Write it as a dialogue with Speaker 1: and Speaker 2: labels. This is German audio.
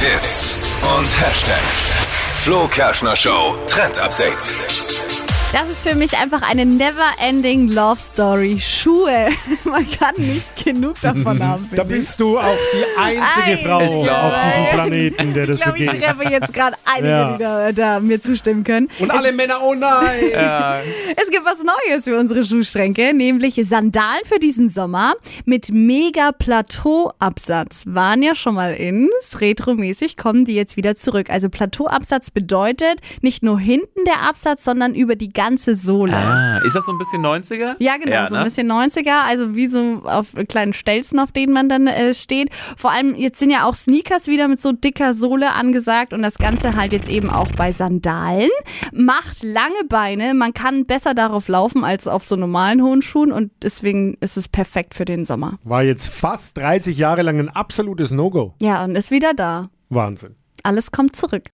Speaker 1: Hits und Hashtags. Flo Kerschner Show Trend Update.
Speaker 2: Das ist für mich einfach eine never-ending Love Story. Schuhe. Man kann nicht genug davon haben.
Speaker 3: Mhm. Da
Speaker 2: finde ich.
Speaker 3: bist du auch die einzige
Speaker 2: Ei,
Speaker 3: Frau
Speaker 2: ich glaube,
Speaker 3: auf diesem
Speaker 2: ey.
Speaker 3: Planeten, der das
Speaker 2: ich
Speaker 3: so
Speaker 2: glaube, ich
Speaker 3: geht.
Speaker 2: treffe jetzt gerade einige,
Speaker 3: Ja.
Speaker 2: die da, da mir zustimmen können.
Speaker 3: Und alle Männer, oh nein!
Speaker 2: Es gibt was Neues für unsere Schuhschränke, nämlich Sandalen für diesen Sommer mit mega Plateauabsatz. Waren ja schon mal ins. Retromäßig kommen die jetzt wieder zurück. Also Plateauabsatz bedeutet nicht nur hinten der Absatz, sondern über die ganze Sohle.
Speaker 4: Ah, ist das so ein bisschen 90er?
Speaker 2: Ja, genau, so ein
Speaker 4: ne?
Speaker 2: bisschen 90er, also wie so auf kleinen Stelzen, auf denen man dann äh, steht. Vor allem, jetzt sind ja auch Sneakers wieder mit so dicker Sohle angesagt und das Ganze halt jetzt eben auch bei Sandalen. Macht lange Beine, man kann besser darauf laufen als auf so normalen hohen Schuhen und deswegen ist es perfekt für den Sommer.
Speaker 3: War jetzt fast 30 Jahre lang ein absolutes No-Go.
Speaker 2: Ja, und ist wieder da.
Speaker 3: Wahnsinn.
Speaker 2: Alles kommt zurück.